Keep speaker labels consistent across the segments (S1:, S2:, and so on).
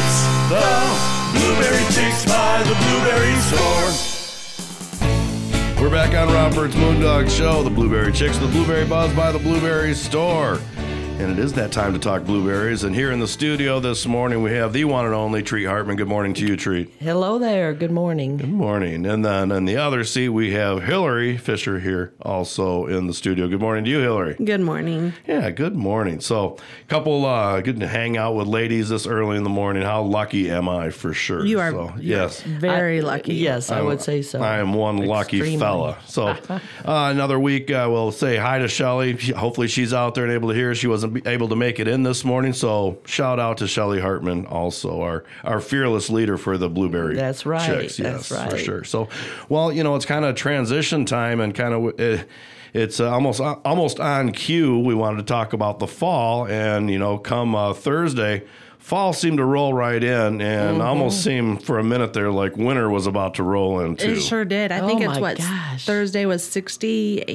S1: The Blueberry Chicks by the Blueberry Store. We're back on Robert's Moondog Show, the Blueberry Chicks, the Blueberry Buzz by the Blueberry Store. And it is that time to talk blueberries. And here in the studio this morning, we have the one and only Treat Hartman. Good morning to you, Treat.
S2: Hello there. Good morning.
S1: Good morning. And then on the other seat, we have Hillary Fisher here also in the studio. Good morning to you, Hillary.
S3: Good morning.
S1: Yeah, good morning. So, couple uh good to hang out with ladies this early in the morning. How lucky am I for sure?
S3: You are-
S1: So,
S3: you are
S1: yes.
S3: Very
S2: I-
S3: lucky.
S2: Yes, I would say so.
S1: I am one lucky
S2: Extremely.
S1: fella. So, uh, another week, I will say hi to Shelly. She- Hopefully, she's out there and able to hear. She wasn't be- able to make it in this morning. So, shout out to Shelly Hartman, also our, our fearless leader for the Blueberry.
S2: That's right.
S1: Chicks. Yes,
S2: That's
S1: for
S2: right.
S1: sure. So, well, you know, it's kind of transition time and kind of. It, it's uh, almost almost on cue. We wanted to talk about the fall, and you know, come uh, Thursday, fall seemed to roll right in, and
S3: Mm-hmm.
S1: almost seemed for a minute there like winter was about to roll in too.
S3: It sure did. I
S2: Oh
S3: think
S2: my
S3: it's what
S2: gosh.
S3: Thursday was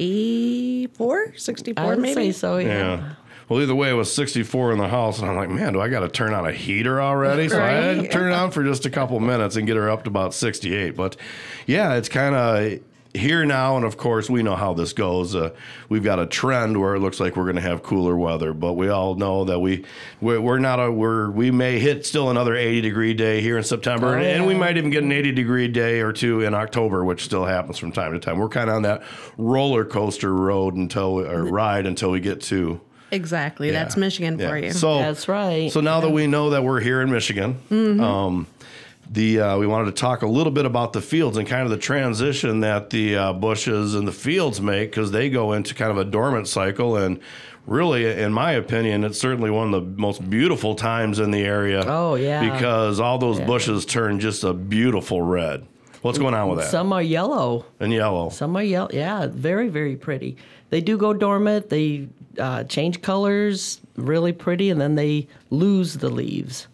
S3: 64, 64
S2: I would
S3: maybe.
S2: say so. Yeah.
S1: Yeah. Well, either way, it was 64 in the house, and I'm like, man, do I got to turn on a heater already? So I had to
S3: Right.
S1: turn it on for just a couple minutes and get her up to about 68. But yeah, it's kind of here now, and of course, we know how this goes. Uh, we've got a trend where it looks like we're going to have cooler weather, but we all know that we we're, we're not a we're we may hit still another 80 degree day here in September, and, and we might even get an 80 degree day or two in October, which still happens from time to time. We're kind of on that roller coaster road until or ride until we get to
S3: Exactly. That's Michigan
S1: yeah.
S3: for you.
S1: So
S2: That's right.
S1: So now that we know that we're here in Michigan,
S3: Mm-hmm.
S1: um, the uh, we wanted to talk a little bit about the fields and kind of the transition that the uh, bushes and the fields make because they go into kind of a dormant cycle and. Really, in my opinion, it's certainly one of the most beautiful times in the area.
S2: Oh, yeah.
S1: because all those bushes turn just a beautiful red. What's going on with that?
S2: Some are yellow.
S1: and yellow.
S2: Some are yellow. Yeah, very, very pretty. They do go dormant. They uh, change colors, really pretty, and then they lose the leaves.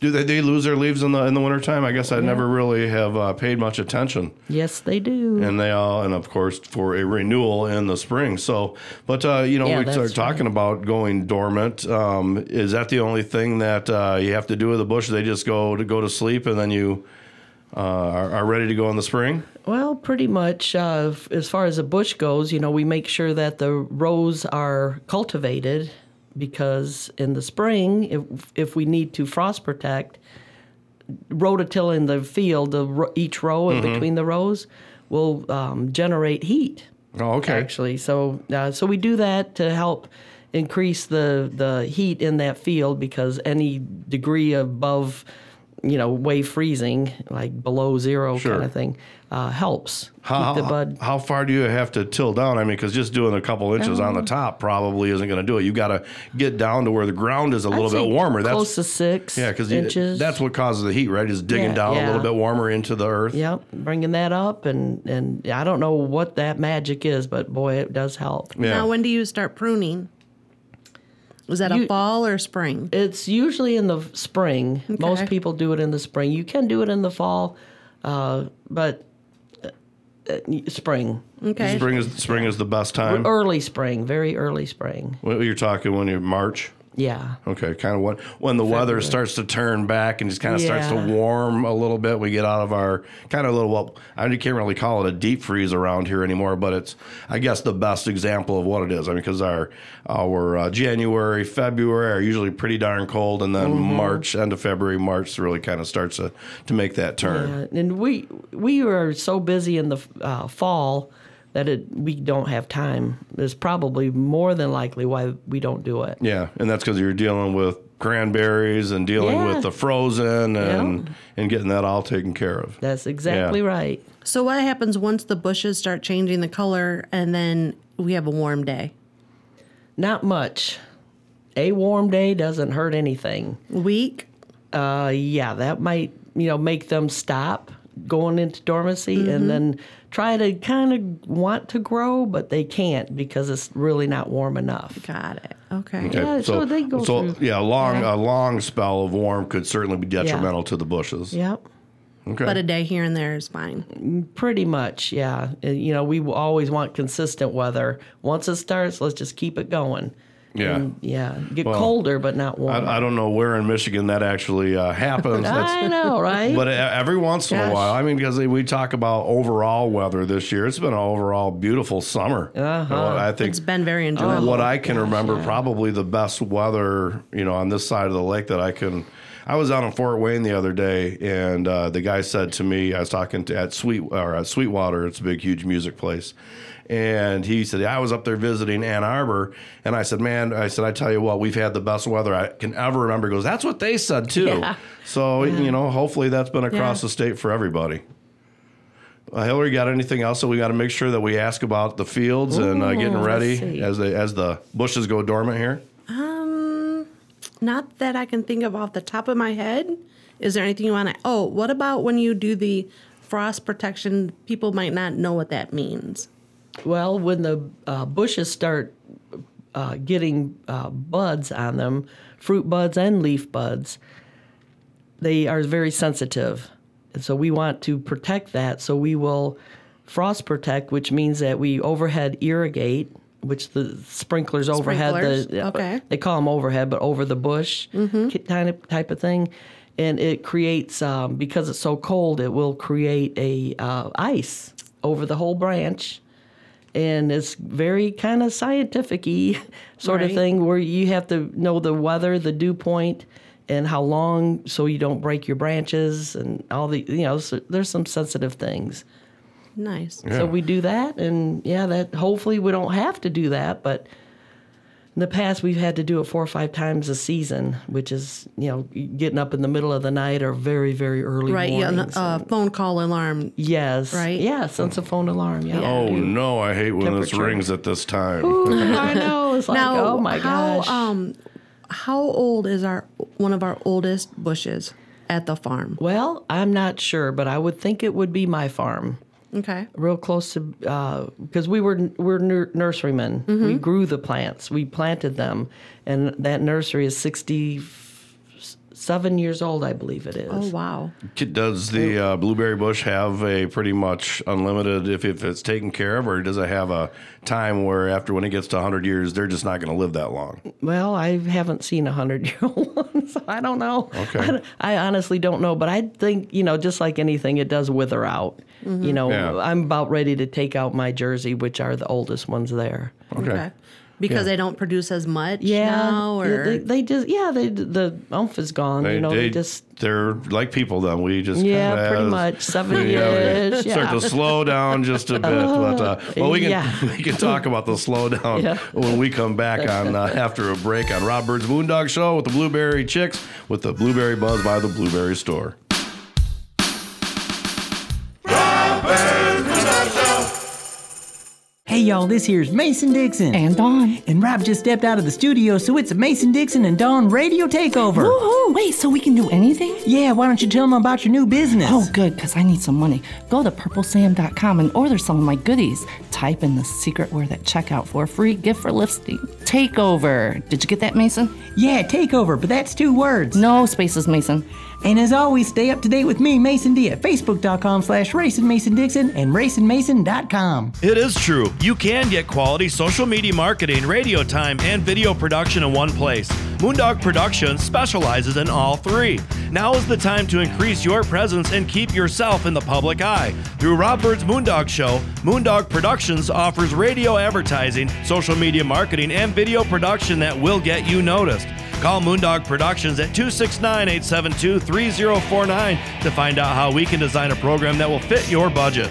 S1: Do they, they lose their leaves in the in the wintertime? I guess I never really have uh, paid much attention.
S2: Yes, they do.
S1: and they all and of course for a renewal in the spring so but uh, you know
S2: Yeah,
S1: we
S2: that's
S1: started talking about going dormant um, is that the only thing that uh, you have to do with the bush they just go to go to sleep and then you uh, are, are ready to go in the spring
S2: Well, pretty much uh, f- as far as the bush goes, you know, we make sure that the rows are cultivated because in the spring, if, if we need to frost protect, rototill in the field, the, ro- each row and between the rows will um, generate heat
S1: oh okay
S2: actually. So uh, so we do that to help increase the the heat in that field because any degree above you know way freezing like below zero
S1: Sure.
S2: kind of thing uh, helps
S1: how,
S2: keep the bud
S1: how far do you have to till down? I mean, because just doing a couple inches on the
S2: Um,
S1: top probably isn't going to do it. You got to get down to where the ground is a little
S2: I'd say
S1: bit warmer.
S2: close
S1: That's
S2: to six
S1: yeah, because
S2: inches
S1: that's what causes the heat, right? Is digging
S2: Yeah,
S1: down a
S2: yeah.
S1: little bit warmer into the earth.
S2: Yep, bringing that up, and and I don't know what that magic is, but boy, it does help.
S3: Now, when do you start pruning? Is that
S2: You-
S3: a fall or spring?
S2: It's usually in the spring. Most
S3: Okay.
S2: people do it in the spring. You can do it in the fall, uh, but uh, uh, spring,
S3: Okay.
S1: Spring is spring is the best time.
S2: early spring, very early spring.
S1: Well, you're talking when you're March.
S2: Yeah.
S1: Okay, kind of what when the weather starts to turn back and just kind of starts to
S2: Yeah.
S1: warm a little bit. We get out of our kind of little well, I can't really call it a deep freeze around here anymore, but it's I guess the best example of what it is. I mean, because our our uh, January, February are usually pretty darn cold, and then March, end of February, March really kind of starts to to make that turn.
S2: Uh, and we we are so busy in the uh, fall that it we don't have time. Is probably more than likely why we don't do it.
S1: Yeah, and that's because you're dealing with cranberries and dealing
S2: Yeah.
S1: with the frozen and and getting that all taken care of.
S2: That's exactly right.
S3: So, what happens once the bushes start changing the color and then we have a warm day?
S2: Not much. A warm day doesn't hurt anything.
S3: Week?
S2: uh, yeah, that might you know make them stop going into dormancy and then try to kind of want to grow, but they can't because it's really not warm enough.
S3: Got it. Okay.
S1: Okay,
S2: Yeah, so they go
S1: so,
S2: through-
S1: yeah, a long a long spell of warm could certainly be detrimental to the bushes.
S2: Yep,
S1: Okay,
S3: But a day here and there is fine.
S2: pretty much. Uh, Yeah, And, you know we will always want consistent weather. Once it starts, let's just keep it going.
S1: Yeah.
S2: And, yeah. Get
S1: Well,
S2: colder, but not warm.
S1: I, I don't know where in Michigan that actually uh, happens. That's-
S2: I know, right?
S1: But e- every once in
S2: Gosh.
S1: a while, I mean, because we talk about overall weather this year, it's been an overall beautiful summer.
S2: Uh-huh.
S1: You know, I think
S3: It's been
S2: Oh,
S3: very enjoyable.
S1: what I can remember, probably the best weather, you know, on this side of the lake that I can. I was out in Fort Wayne the other day, and uh, the guy said to me, I was talking to at Sweet or at Sweetwater. It's a big, huge music place, and he said I was up there visiting Ann Arbor, and I said, man, I said I tell you what, we've had the best weather I can ever remember. He goes, that's what they said too. So you know, hopefully that's been across
S3: Yeah.
S1: the state for everybody. Uh, Hillary, got anything else that we got to make sure that we ask about the fields and uh, getting
S2: Ooh, let's
S1: ready
S2: see.
S1: as the as the bushes go dormant here?
S3: Um, not that I can think of off the top of my head. Is there anything you want to? Oh, what about when you do the frost protection? People might not know what that means.
S2: well, when the uh, bushes start uh, getting uh, buds on them, fruit buds and leaf buds, they are very sensitive. And so we want to protect that. So we will frost protect, which means that we overhead irrigate, which the sprinklers overhead.
S3: Sprinklers,
S2: The,
S3: okay. Mm-hmm.
S2: They call them overhead, but over the bush ki- kind of type of thing. And it creates, um, because it's so cold, it will create a uh, ice over the whole branch. And it's very kind of scientific y sort of
S3: Right.
S2: thing thing where you have to know the weather, the dew point, and how long, so you don't break your branches and all the you know. So there's some sensitive things.
S3: Nice.
S2: So we do that, and yeah, that hopefully we don't have to do that. But in the past, we've had to do it four or five times a season, which is you know getting up in the middle of the night or very very early
S3: Right. Yeah. and,
S2: mornings.
S3: Uh, phone call alarm.
S2: yes,
S3: right.
S2: Yeah, sense of phone alarm. Yeah.
S1: Oh no, I hate when this
S2: Temperature.
S1: rings at this time.
S2: I know. It's like
S3: Now,
S2: oh my
S3: how,
S2: gosh.
S3: Um, how old is our one of our oldest bushes at the farm?
S2: well, I'm not sure, but I would think it would be my farm.
S3: Okay.
S2: real close to because we were we're nur- nurserymen.
S3: Mm-hmm.
S2: We grew the plants. We planted them, and that nursery is sixty seven years old, I believe it is.
S3: Oh wow.
S1: Does the uh, blueberry bush have a pretty much unlimited if, if it's taken care of, or does it have a time where after when it gets to 100 years, they're just not going to live that long?
S2: Well, I haven't seen a hundred year old one, so I don't know.
S1: Okay.
S2: I, don't- I honestly don't know, but I think you know, just like anything, it does wither out.
S3: Mm-hmm.
S2: You know,
S1: Yeah.
S2: I'm about ready to take out my jersey, which are the oldest ones there.
S1: Okay.
S3: Because they don't produce as much
S2: Yeah,
S3: now, or
S2: they, they just yeah, they the umph is gone.
S1: They,
S2: you know,
S1: they
S2: they just
S1: they're like people then. We just
S2: Yeah,
S1: kinda
S2: pretty
S1: as-
S2: much seventy
S1: Yeah, we
S2: ish. Yeah.
S1: start to slow down just a bit, but uh, well, we can
S2: yeah.
S1: we can talk about the slowdown
S2: Yeah.
S1: when we come back on uh, after a break on Rob Bird's Boondog Show with the Blueberry Chicks with the Blueberry Buzz by the Blueberry Store.
S4: Hey y'all, this here's Mason Dixon.
S5: And Dawn.
S4: And Rob just stepped out of the studio, so it's a Mason Dixon and Dawn radio takeover.
S5: Woohoo! Wait, so we can do anything?
S4: Yeah, why don't you tell them about your new business?
S5: Oh, good, because I need some money. Go to purplesam.com and order some of my goodies. Type in the secret word at checkout for a free gift for listing. Takeover. Did you get that, Mason?
S4: yeah, takeover, but that's two words.
S5: No spaces, Mason.
S4: And as always, stay up to date with me, Mason D, at facebook.com slash racingmasondixon and racingmason.com.
S6: It is true. You can get quality social media marketing, radio time, and video production in one place. Moondog Productions specializes in all three. Now is the time to increase your presence and keep yourself in the public eye. Through Rob Bird's Moondog Show, Moondog Productions offers radio advertising, social media marketing, and video production that will get you noticed. Call Moondog Productions at 269 872 3049 to find out how we can design a program that will fit your budget.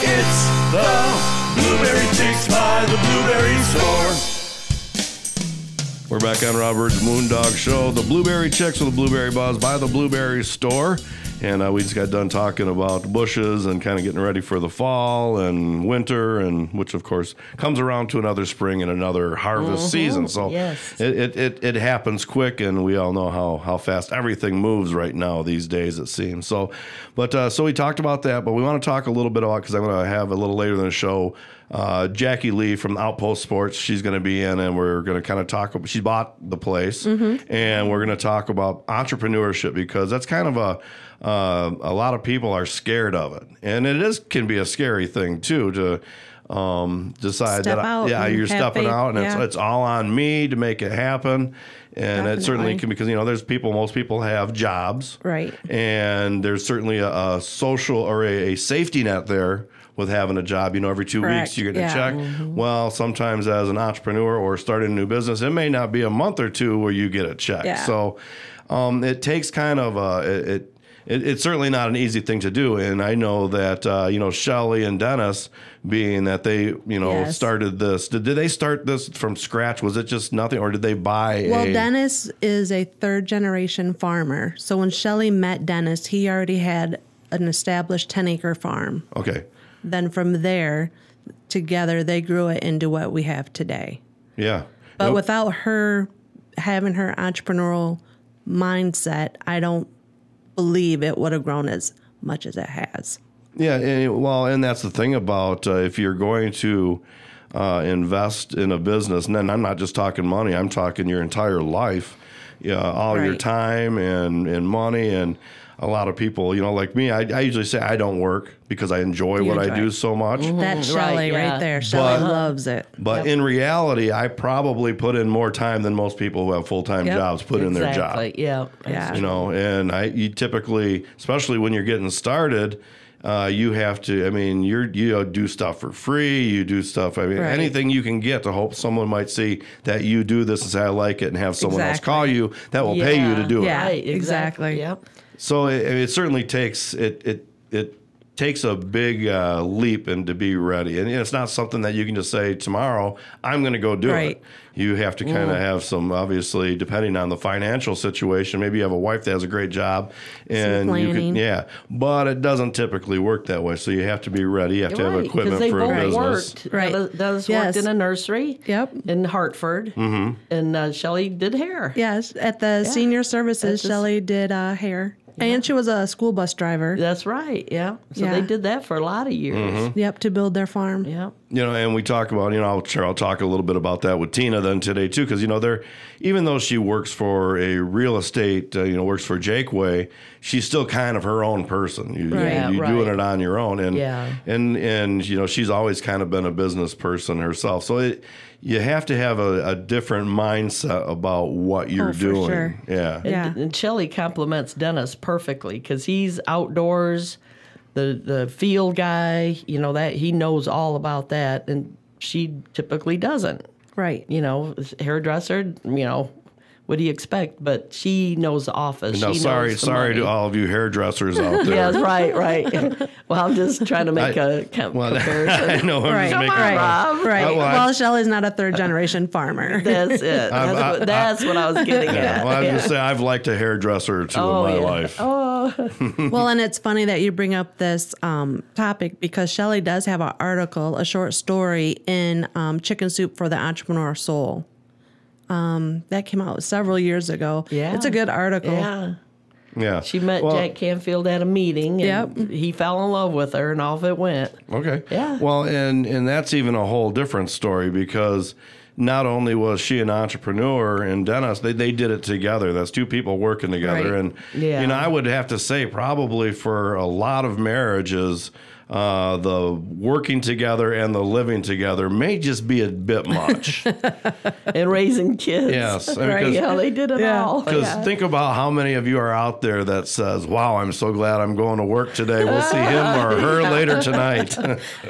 S6: It's the Blueberry Chicks by the Blueberry Store.
S1: We're back on Robert's Moondog Show, the Blueberry Chicks with the Blueberry Buzz by the Blueberry Store. And uh, we just got done talking about bushes and kind of getting ready for the fall and winter, and which of course comes around to another spring and another harvest season. So
S2: Yes.
S1: it, it, it, it happens quick, and we all know how, how fast everything moves right now these days, it seems. So, but uh, so we talked about that, but we want to talk a little bit about because I'm going to have a little later in the show. Uh, Jackie Lee from Outpost Sports, she's going to be in, and we're going to kind of talk. She bought the place,
S3: Mm-hmm.
S1: and we're going to talk about entrepreneurship because that's kind of a uh, a lot of people are scared of it, and it is can be a scary thing too to um, decide
S3: Step
S1: that I-
S3: out
S1: yeah
S3: and
S1: you're
S3: have
S1: stepping
S3: faith,
S1: out, and it's
S3: yeah.
S1: it's all on me to make it happen. And it certainly
S3: Definitely.
S1: can because you know there's people most people have jobs
S3: Right.
S1: and there's certainly a, a social or a, a safety net there with having a job. You know, every two weeks
S3: Correct.
S1: you get a
S3: Yeah. Mm-hmm.
S1: check. Well, sometimes as an entrepreneur or starting a new business, it may not be a month or two where you get a check.
S3: Yeah.
S1: So um, it takes kind of a it. it it, it's certainly not an easy thing to do, and I know that uh, you know Shelly and Dennis, being that they you know
S3: Yes.
S1: started this. Did, did they start this from scratch? Was it just nothing, or did they buy?
S3: Well,
S1: a,
S3: Dennis is a third generation farmer. So when Shelley met Dennis, he already had an established 10 acre farm.
S1: Okay,
S3: Then from there, together, they grew it into what we have today.
S1: yeah.
S3: But
S1: Nope.
S3: without her having her entrepreneurial mindset, I don't believe it would have grown as much as it has.
S1: Yeah, and, well, and that's the thing about uh, if you're going to uh, invest in a business, and then I'm not just talking money, I'm talking your entire life, yeah, all your
S3: Right.
S1: time and, and money. And a lot of people, you know, like me, I, I usually say I don't work because I enjoy what I
S3: enjoy
S1: do
S3: it. Mm-hmm.
S1: so much.
S3: That's Shelley right,
S2: Mm-hmm. yeah.
S3: there. Shelley
S1: But-
S3: loves it.
S1: But in reality, I probably put in more time than most people who have full time
S3: Yep,
S1: jobs put in their job.
S2: Exactly. Yeah.
S3: Yeah.
S1: you know and i you typically especially when you're getting started uh, you have to i mean you're you do stuff for free you do stuff i mean
S3: Right.
S1: anything you can get to hope someone might see that you do this and say i like it and have someone else
S3: Exactly.
S1: call you that will pay you to do it
S3: Yeah.
S2: Right, exactly.
S3: exactly.
S2: Yep.
S1: so it, it certainly takes it it it takes a big uh, leap and to be ready and it's not something that you can just say tomorrow i'm going to go do
S3: Right.
S1: it you have to
S2: Mm-hmm.
S1: kind of have some obviously depending on the financial situation maybe you have a wife that has a great job and you could
S3: planning.
S1: yeah but it doesn't typically work that way so you have to be ready you have to have
S2: Right,
S1: equipment
S2: they
S1: for
S2: both
S1: a business
S2: worked.
S3: Right.
S2: Dennis, Dennis
S3: Yes.
S2: worked in a nursery.
S3: Yep.
S2: In Hartford. Mm-hmm. And uh, Shelley did hair.
S3: Yes, at the senior services,
S2: That's just-
S3: Shelley did uh, hair, and she was a school bus driver.
S2: That's right. Yeah. So
S3: Yeah.
S2: they did that for a lot of years.
S1: Mm-hmm.
S3: Yep, to build their farm.
S2: Yeah.
S1: you know, and we talk about, you know, I'll, sure I'll talk a little bit about that with Tina then today too, because you know, they're even though she works for a real estate, uh, you know, works for Jakeway, she's still kind of her own person. You,
S3: Right.
S1: you, you're
S2: Yeah,
S1: doing
S2: right.
S1: it on your own, and
S2: Yeah.
S1: and and you know, she's always kind of been a business person herself. So it, you have to have a, a different mindset about what you're
S3: Oh, for
S1: doing.
S3: sure.
S1: Yeah,
S3: Yeah.
S2: And, and Shelley compliments Dennis perfectly because he's outdoors, the the field guy. You know that he knows all about that, and she typically doesn't.
S3: Right.
S2: You know, hairdresser. You know, what do you expect? But she knows the office.
S1: No,
S2: she
S1: sorry,
S2: knows the
S1: sorry
S2: money.
S1: to all of you hairdressers out there.
S2: Yes, right, right. well, I'm just trying to make
S1: I-
S2: a com-
S1: Well, I
S2: comparison.
S1: know. I'm
S3: Right,
S1: just making
S3: right,
S2: Rob.
S3: right.
S1: Oh, well, I-
S3: well, Shelley's not a third generation farmer.
S2: That's it. That's,
S1: I- I-
S2: what, that's what I was getting
S1: Yeah.
S2: at.
S1: Well, I was just saying, I've liked a hairdresser or two
S2: Oh,
S1: in my
S2: yeah.
S1: life.
S3: well, and it's funny that you bring up this um, topic because Shelley does have an article, a short story in um, Chicken Soup for the Entrepreneur Soul. Um, that came out several years ago.
S2: Yeah.
S3: It's a good article.
S2: Yeah.
S1: Yeah.
S2: She met
S1: Well,
S2: Jack Canfield at a meeting, and
S3: Yep.
S2: he fell in love with her, and off it went.
S1: Okay.
S2: Yeah.
S1: Well, and and that's even a whole different story because not only was she an entrepreneur and Dennis, they, they did it together. That's two people working together.
S3: Right.
S1: And
S2: Yeah.
S1: you know, I would have to say probably for a lot of marriages, uh, the working together and the living together may just be a bit much.
S2: And raising kids.
S1: yes. I mean,
S3: Right.
S1: 'cause-
S2: Yeah, they did it
S3: Yeah.
S2: all.
S1: Because
S2: Oh, Yeah.
S1: think about how many of you are out there that says, "Wow, I'm so glad I'm going to work today. We'll see him or her later tonight."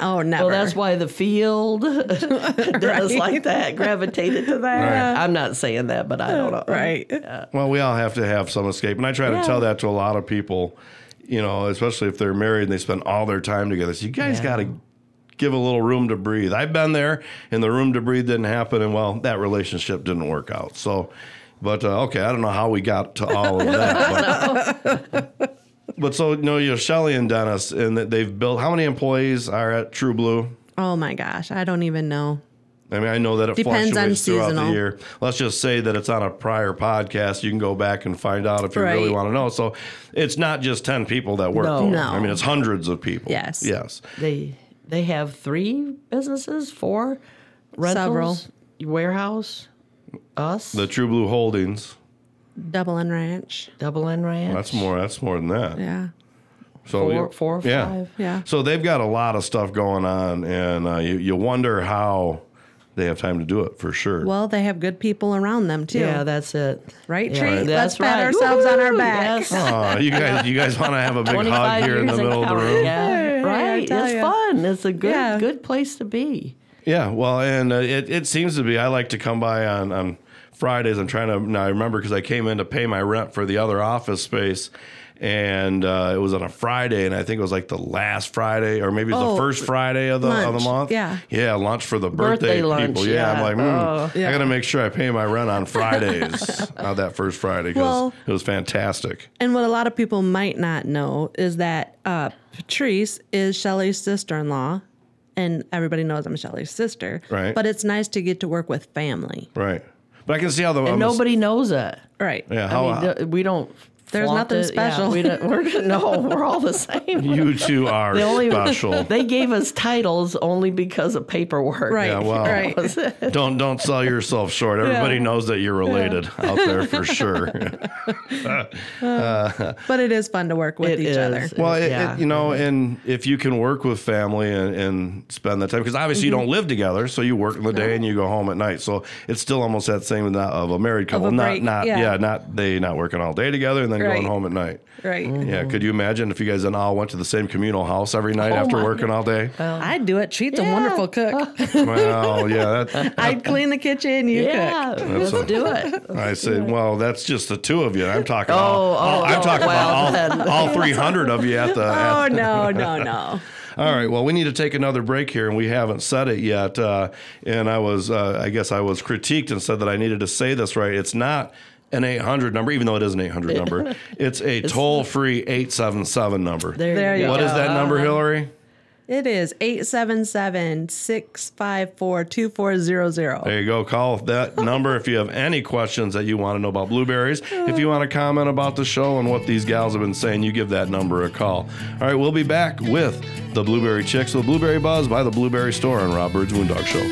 S3: Oh, never.
S2: Well, that's why the field does like that, gravitated to that. I'm not saying that, but I don't know.
S3: right.
S1: well, we all have to have some escape, and I try to
S2: Yeah.
S1: tell that to a lot of people. You know, especially if they're married and they spend all their time together. So you guys
S2: Yeah.
S1: got to give a little room to breathe. I've been there, and the room to breathe didn't happen, and well, that relationship didn't work out. So, but uh, okay, I don't know how we got to all of that. but- But so no, you know, Shelly and Dennis, and that they've built. How many employees are at True Blue?
S3: Oh my gosh, I don't even know.
S1: I mean, I know that it
S3: Depends on
S1: fluctuates throughout the
S3: seasonal.
S1: year. Let's just say that it's on a prior podcast. You can go back and find out if you really
S3: Right.
S1: want to know. So it's not just ten people that work.
S2: No.
S1: for it.
S3: No.
S1: I mean, it's hundreds of people.
S3: Yes.
S1: Yes.
S2: They they have three businesses, four rentals, warehouse, us,
S1: The True Blue Holdings.
S3: Double N Ranch.
S2: Double N Ranch.
S1: That's more. That's more than that.
S3: Yeah.
S1: So
S2: Four,
S1: you-
S2: four or
S1: yeah.
S2: five.
S3: Yeah.
S1: So they've got a lot of stuff going on, and uh, you, you wonder how they have time to do it for sure.
S3: Well, they have good people around them too.
S2: Yeah, that's it.
S3: right,
S2: Yeah.
S3: Treat? Let's
S2: That's
S3: pat
S2: right.
S3: ourselves on our
S2: Woohoo!
S3: back.
S2: Yes.
S1: Aw, Uh, you guys, you guys want to have a big hug
S2: 25
S1: here in the
S2: years
S1: middle of the
S2: college.
S1: room?
S2: Yeah, right. It's
S3: tell ya.
S2: fun. It's a good
S3: Yeah.
S2: good place to be.
S1: Yeah, well, and uh, it, it seems to be. I like to come by on, on Fridays. I'm trying to now I remember because I came in to pay my rent for the other office space, and uh, it was on a Friday, and I think it was like the last Friday or maybe it was
S3: Oh,
S1: the first Friday of the of the
S3: lunch,
S1: month.
S3: yeah.
S1: yeah, lunch for the birthday,
S2: Birthday lunch,
S1: people. Yeah, I'm
S2: yeah.
S1: like, mm,
S3: Oh.
S1: I got to make sure I pay my rent on Fridays, not that first Friday because
S3: Well-
S1: it was fantastic.
S3: And what a lot of people might not know is that uh, Patrice is Shelly's sister in law. And everybody knows I'm Shelly's sister.
S1: Right.
S3: But it's nice to get to work with family.
S1: Right, but I can see how the I'm-
S2: And nobody knows it.
S3: Right.
S1: Yeah,
S2: I
S1: how
S2: mean, th- we don't.
S3: There's
S2: flaunt
S3: nothing
S2: it. Yeah,
S3: special.
S2: we don't, we're, no, we're all the same.
S1: you two are
S2: The only-
S1: special.
S2: They gave us titles only because of paperwork.
S3: Right.
S1: Yeah, wow.
S3: Right.
S1: don't don't sell yourself short. Everybody knows that you're related out there for sure.
S3: But it is fun to work with
S2: It
S3: each
S2: is.
S3: other.
S1: well, it, it-
S2: Yeah.
S1: you know, and if you can work with family and, and spend that time, because obviously you don't live together, so you work in the day and you go home at night. So it's still almost that same that of a married couple, not
S3: break,
S1: not yeah.
S3: yeah.
S1: not they not working all day together and then going
S3: Right. Mm-hmm.
S1: home at night.
S3: Right.
S1: Yeah, could you imagine if you guys then all went to the same communal house every night after
S2: my
S1: working all day?
S3: I'd do it. Treat's a wonderful cook.
S1: well, yeah, that,
S3: I'd clean the kitchen. You cook.
S2: Yeah, let's do it.
S1: I said, well, that's just the two of you. I'm talking all, all-
S2: oh,
S1: I'm
S2: oh,
S1: talking
S2: well,
S1: about all, all 300 of you at the. at-
S3: Oh, no, no, no.
S1: all right. Well, we need to take another break here, and we haven't said it yet. Uh, and I was, uh, I guess, I was critiqued and said that I needed to say this right. It's not an 800 number, even though it is an 800 number. It's a toll-free 877 number. What is
S2: There,
S3: There
S2: you
S3: you
S2: go. Uh,
S3: go.
S1: that number, Hillary?
S3: It is 877 654 2400.
S1: There you go. Call that number if you have any questions that you want to know about blueberries. If you want to comment about the show and what these gals have been saying, you give that number a call. All right, we'll be back with the Blueberry Chicks, the Blueberry Buzz by the Blueberry Store on Rob Bird's Moondog Show.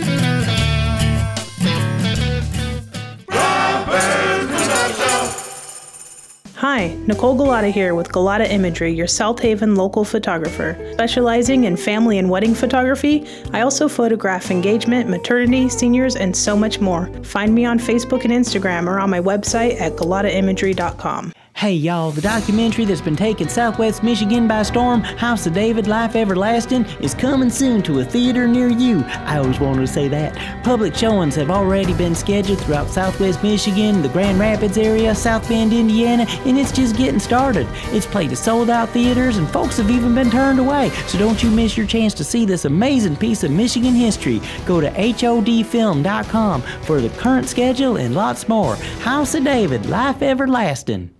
S7: Hi, Nicole Galata here with Galata Imagery, your South Haven local photographer. Specializing in family and wedding photography, I also photograph engagement, maternity, seniors, and so much more. Find me on Facebook and Instagram or on my website at galataimagery.com.
S4: Hey y'all, the documentary that's been taking Southwest Michigan by storm, House of David, Life Everlasting, is coming soon to a theater near you. I always wanted to say that. Public showings have already been scheduled throughout Southwest Michigan, the Grand Rapids area, South Bend, Indiana, and it's just getting started. It's played at sold out theaters, and folks have even been turned away, so don't you miss your chance to see this amazing piece of Michigan history. Go to HODfilm.com for the current schedule and lots more. House of David, Life Everlasting.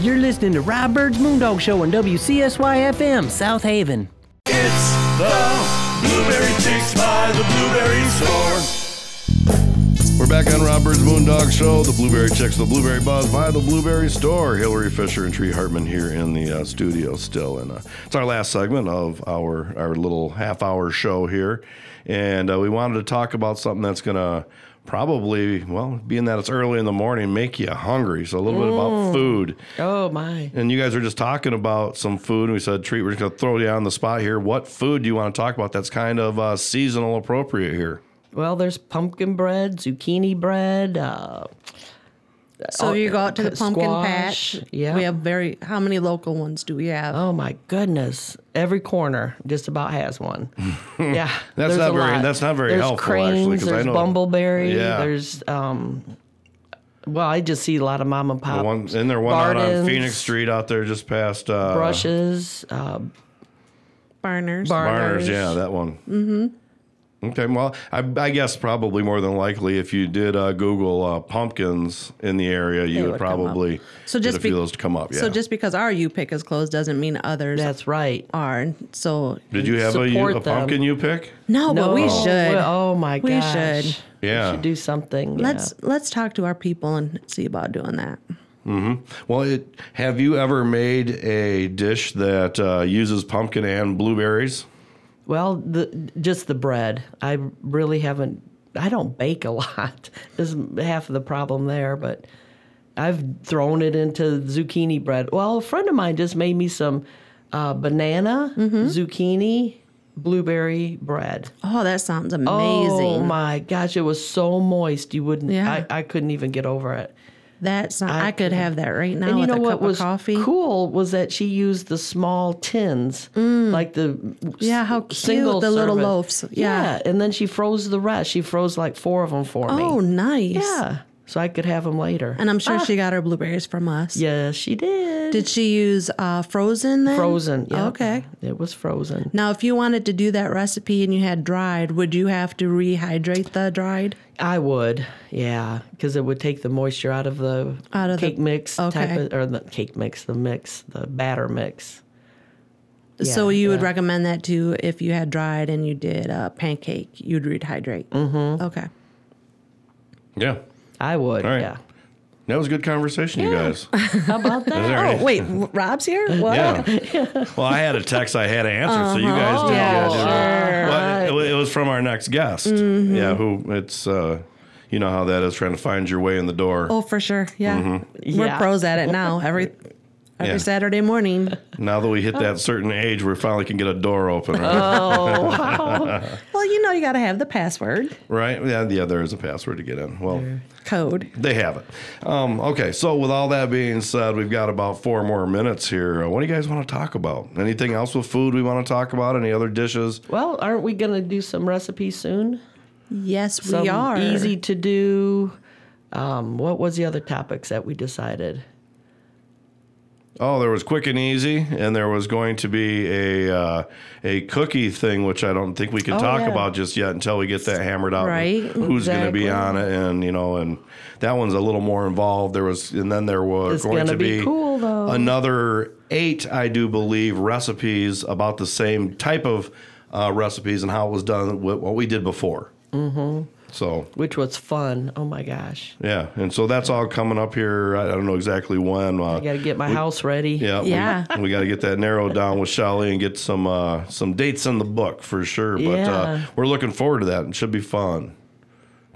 S4: You're listening to Rob Bird's Moondog Show on WCSY FM, South Haven.
S6: It's the Blueberry Chicks by the Blueberry Store.
S1: We're back on Robert's Moondog Show, the Blueberry Chicks, the Blueberry Buzz by the Blueberry Store. Hillary Fisher and Tree Hartman here in the uh, studio still, and uh, it's our last segment of our our little half hour show here, and uh, we wanted to talk about something that's gonna probably, well, being that it's early in the morning, make you hungry. So a little bit about food,
S2: Oh my.
S1: and you guys were just talking about some food, and we said, Treat, we're just gonna throw you on the spot here. What food do you want to talk about that's kind of uh, seasonal appropriate here?
S2: Well, there's pumpkin bread, zucchini bread, uh,
S3: So you go out to the pumpkin patch.
S2: squash, yeah.
S3: We have very how many local ones do we have?
S2: Oh my goodness! Every corner just about has one. yeah,
S1: That's
S2: there's
S1: not
S2: a
S1: very-
S2: lot.
S1: that's not very
S2: there's
S1: helpful,
S2: Cranes,
S1: actually, 'cause I
S2: there's
S1: know-
S2: bumbleberry.
S1: Yeah.
S2: There's um, well, I just see a lot of mom and pop.
S1: One, and there one out on
S2: Bardens,
S1: Phoenix Street out there just past uh,
S2: Brushes, uh,
S3: Barners.
S1: Barners, yeah, that one. Mm-hmm. Okay, well, I, I guess probably more than likely, if you did uh, Google uh, pumpkins in the area, you would,
S3: would come up.
S1: probably
S3: So
S1: get
S3: just
S1: a few
S3: be-
S1: of those to come up. Yeah.
S3: So just because our U pick is closed doesn't mean others
S2: Oh, that's right.
S3: are. And So
S1: did you have a, you-
S2: support
S1: a pumpkin
S2: them.
S1: you pick?
S3: no, Oh, but we
S2: No.
S3: should.
S2: Well, oh my
S3: We
S2: gosh.
S3: should.
S1: Yeah.
S2: We should do something.
S3: Let's let's talk to our people and see about doing that.
S1: Well, it, have you ever made a dish that uh, uses pumpkin and blueberries?
S2: Well, the just the bread. I really haven't. I don't bake a lot. Is half of the problem there, but I've thrown it into zucchini bread. Well, a friend of mine just made me some uh, banana,
S3: Mm-hmm.
S2: zucchini, blueberry bread.
S3: Oh, that sounds amazing.
S2: Oh my gosh, it was so moist you wouldn't.
S3: Yeah.
S2: I, I couldn't even get over it.
S3: That's not, I,
S2: I-
S3: could have that right now
S2: And you
S3: with
S2: know
S3: a
S2: what
S3: cup
S2: was
S3: of coffee.
S2: cool was that she used the small tins, like the
S3: Mm. Yeah, how cute, the little loaves. Yeah.
S2: and then she froze the rest. She froze like four of them for me.
S3: Oh, nice.
S2: yeah, Ah. so I could have them later.
S3: And I'm sure she got her blueberries from us.
S2: yes, she did.
S3: Did she use uh, frozen then? Oh,
S2: frozen? yep.
S3: Okay.
S2: it was frozen.
S3: Now, if you wanted to do that recipe and you had dried, would you have to rehydrate the dried?
S2: I would, yeah, because it would take the moisture out of the
S3: Out of the-
S2: cake mix type
S3: okay.
S2: of, or the cake mix, the mix, the batter mix.
S3: so
S2: Yeah,
S3: you would
S2: yeah.
S3: recommend that too if you had dried and you did a pancake, you'd rehydrate. Mm-hmm. Okay.
S1: Yeah.
S2: I would,
S1: All right.
S2: yeah.
S1: That was a good conversation, you guys.
S2: How about that?
S1: there any-
S3: Oh, wait, w- Rob's here? What?
S1: Yeah. well, I had a text I had to answer, so you guys did.
S3: Uh-huh. yeah,
S1: you guys did.
S3: Oh, sure. Mm-hmm.
S1: Well, it wa- it, was from our next guest. Yeah, who it's uh, you know how that is trying to find your way in the door.
S3: Oh, for sure. Yeah. We're
S2: Yeah.
S3: pros at it now. Every every
S1: Yeah.
S3: Saturday morning.
S1: Now that we hit
S3: Oh.
S1: that certain age, we finally can get a door open.
S3: Uh-huh.
S1: Right?
S3: Well, you know, you got to have the password
S1: right? Yeah, yeah. There is a password to get in. Well.
S3: code.
S1: They have it. Um, okay, so with all that being said, we've got about four more minutes here. Uh, What do you guys want to talk about? Anything else with food we want to talk about? Any other dishes?
S2: Well, aren't we going to do some recipes soon?
S3: Yes,
S2: Some
S3: we are.
S2: easy to do. Um, what was the other topics that we decided?
S1: Oh, there was quick and easy, and there was going to be a uh, a cookie thing, which I don't think we can talk
S2: Oh, yeah.
S1: about just yet until we get that hammered out.
S3: Right,
S1: and Who's going to be
S2: exactly.
S1: on it, and you know, and that one's a little more involved. There was, and then there was
S2: It's
S1: going
S2: gonna
S1: to
S2: be
S1: be
S2: cool, though.
S1: another eight, I do believe, recipes about the same type of uh, recipes and how it was done, wh- what we did before. Mm-hmm. So
S2: Which was fun. Oh my gosh.
S1: yeah, and so that's all coming up here. I I don't know exactly when. Uh,
S2: I got to get my house ready.
S1: yeah, we-
S3: Yeah.
S1: We, got to get that narrowed down with Shelly and get some uh, some dates in the book for sure. But uh,
S2: Yeah.
S1: we're looking forward to that. It should be fun.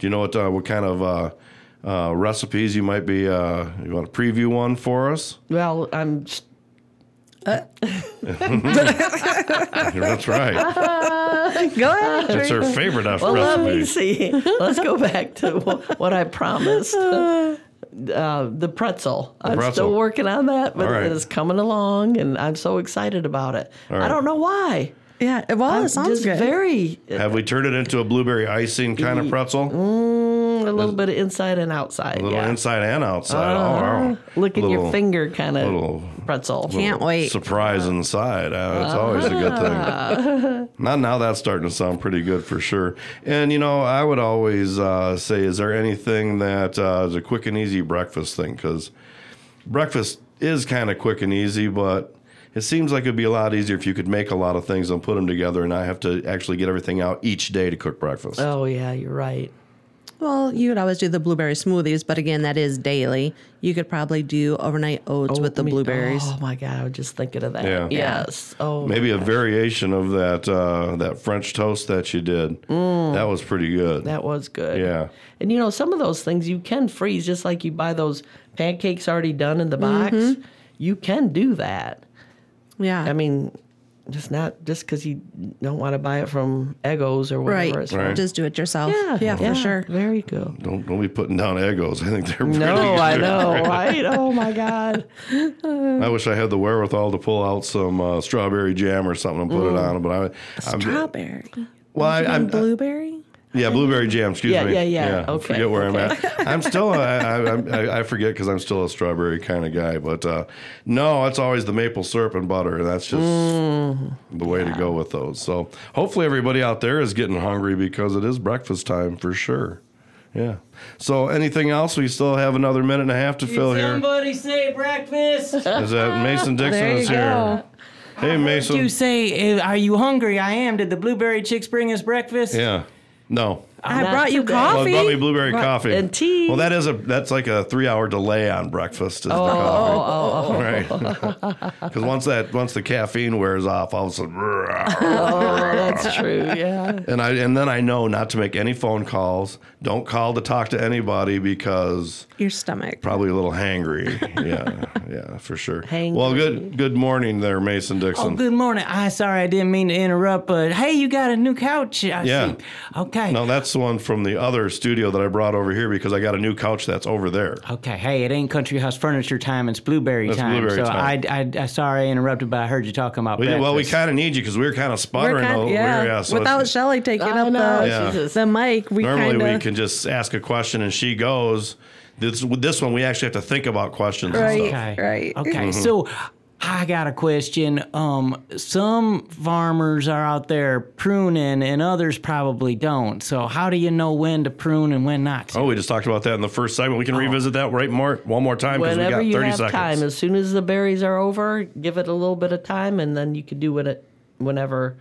S1: Do you know what uh, what kind of uh, uh, recipes you might be? Uh, you want to preview one for us?
S2: Well, I'm s-
S1: That's right.
S3: Go ahead.
S1: That's her favorite F
S2: well, let me
S1: recipe.
S2: see. Let's go back to wh- what I promised. Uh, the pretzel. I'm
S1: pretzel.
S2: still working on that, but
S1: All right.
S2: it is coming along, and I'm so excited about it.
S1: right.
S2: I don't know why.
S3: Yeah. Well,
S2: I'm
S3: it Oh, sounds
S2: just
S3: good.
S2: very
S1: Have we turned it into a blueberry icing kind of pretzel?
S2: a little bit of inside and outside.
S1: a little
S2: Mm, yeah. Uh-huh.
S1: inside and outside. Oh, wow.
S2: Look at
S1: Little-
S2: your finger kind of
S1: little-
S2: pretzel.
S3: Can't wait.
S1: Surprise inside. Uh, it's always a good thing. Not now that's starting to sound pretty good for sure. And, you know, I would always uh, say, is there anything that uh, is a quick and easy breakfast thing? Because breakfast is kind of quick and easy, but it seems like it'd be a lot easier if you could make a lot of things and put them together and I have to actually get everything out each day to cook breakfast.
S2: Oh yeah, you're right.
S3: Well, you would always do the blueberry smoothies, but again, that is daily. You could probably do overnight oats with the
S2: Oatmeal-
S3: blueberries.
S2: Oh my god, I was just thinking of that.
S1: Yeah.
S2: Yes. Oh,
S1: Maybe a variation of that uh, that French toast that you did. That was pretty good.
S2: that was good.
S1: yeah.
S2: And you know, some of those things you can freeze, just like you buy those
S3: Mm-hmm.
S2: pancakes already done in the box. You can do that.
S3: Yeah.
S2: I mean, just not just because you don't want to buy it from Egos or whatever
S3: Right.
S2: it's from.
S3: Just do it yourself.
S2: Yeah,
S3: yeah, for sure.
S2: Very good.
S1: Don't don't be putting down egos. I think they're pretty
S2: No, I
S1: good.
S2: know, right? Oh my God.
S1: I wish I had the wherewithal to pull out some uh, strawberry jam or something and put it
S2: Mm.
S1: on. But I, I'm,
S3: Strawberry.
S1: well, I, I'm, uh,
S3: Blueberry?
S1: yeah, blueberry jam. Excuse
S2: Yeah,
S1: me.
S2: yeah, yeah,
S1: I
S2: okay,
S1: forget where I'm at. I'm still. I, I, I, I forget because I'm still a strawberry kind of guy. But uh, no, it's always the maple syrup and butter. That's just
S2: Mm,
S1: the way to go with those. So hopefully everybody out there is getting hungry because it is breakfast time for sure. Yeah. So anything else? We still have another minute and a half to fill here.
S8: say breakfast.
S1: Is that Mason Dixon
S9: There
S1: is
S9: you
S1: here?
S9: go.
S1: Hey Mason.
S8: you say, eh, are you hungry? I am. Did the blueberry chicks bring us breakfast?
S1: Yeah. No.
S3: I
S2: Not
S3: brought you
S2: today.
S1: Well,
S3: coffee.
S1: it brought me blueberry
S2: Right,
S1: coffee
S2: and tea.
S1: Well, that is a that's like a three hour delay on breakfast. Is the coffee. right? Because once that once the caffeine wears off, all of a sudden,
S2: That's true. Yeah.
S1: and I and then I know not to make any phone calls. Don't call to talk to anybody because
S3: Your stomach.
S1: probably a little hangry. yeah, yeah, for sure.
S2: Hangry.
S1: Well, good good morning there, Mason
S8: Oh,
S1: Dixon.
S8: good morning. I sorry I didn't mean to interrupt, but hey, you got a new couch? I
S1: Yeah.
S8: See. Okay.
S1: No, that's the one from the other studio that I brought over here because I got a new couch that's over there.
S8: Okay. Hey, it ain't country house furniture time. It's blueberry
S1: That's
S8: time.
S1: blueberry
S8: so
S1: time.
S8: I, I, I sorry I interrupted, but I heard you talking about
S1: We,
S8: breakfast.
S1: well, we kind of need you because we were kind of sputtering.
S3: We're kind
S1: over,
S3: yeah.
S1: so it's-
S3: Without Shelly taking
S2: I
S3: up
S2: know,
S3: the,
S1: Yeah. Jesus.
S3: the mic, we
S1: normally
S3: kind
S1: we
S3: of.
S1: can just ask a question and she goes. This with this one we actually have to think about questions. And
S3: Right.
S1: stuff.
S8: Okay.
S3: Right.
S8: Okay.
S1: Mm-hmm.
S8: So I got a question. Um, some farmers are out there pruning, and others probably don't. So how do you know when to prune and when not? to?
S1: Oh, we just talked about that in the first segment. We can revisit that right more one more time because we got
S2: Whenever
S1: thirty
S2: you have
S1: seconds.
S2: time, as soon as the berries are over, give it a little bit of time, and then you can do it whenever.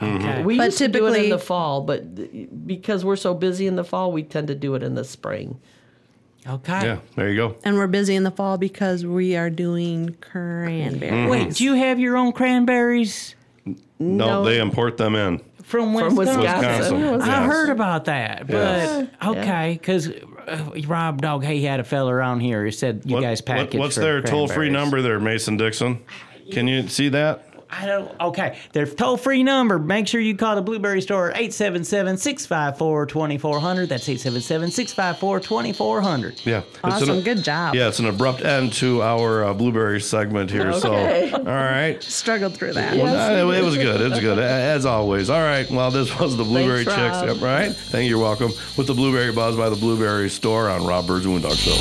S1: mm-hmm.
S8: Okay.
S2: We
S3: But
S2: used to do it in
S3: typically-
S2: the fall, but th- because we're so busy in the fall, we tend to do it in the spring.
S8: okay.
S1: yeah, there you go.
S3: And we're busy in the fall because we are doing cranberries.
S1: Mm.
S8: Wait, do you have your own cranberries
S1: No,
S2: No.
S1: they import them in
S8: from
S2: From
S8: Wisconsin?
S1: Wisconsin.
S8: I
S1: Yes.
S8: heard about that, but
S1: Yes.
S8: okay, because Rob Dog, hey, he had a fella around here who said you
S1: What-
S8: guys
S1: what-
S8: package.
S1: what's
S8: for
S1: their toll free
S8: cranberries.
S1: number there, Mason Dixon? Can you see that?
S8: I don't. Okay, their toll free number. Make sure you call the Blueberry Store at 877-654-2400. That's 877-654-2400.
S1: Yeah. It's
S3: Awesome. Good job.
S1: Yeah, it's an abrupt end to our uh, blueberry segment here.
S2: Okay.
S1: So, all right.
S3: Struggled through that.
S1: Well, it, it was good. It was good, a- as always. All right. Well, this was the Blueberry
S2: Thanks,
S1: Chicks.
S2: Rob.
S1: Yep, right? Thank you. You're welcome. With the Blueberry Buzz by the Blueberry Store on Rob Bird's Wound Dog Show.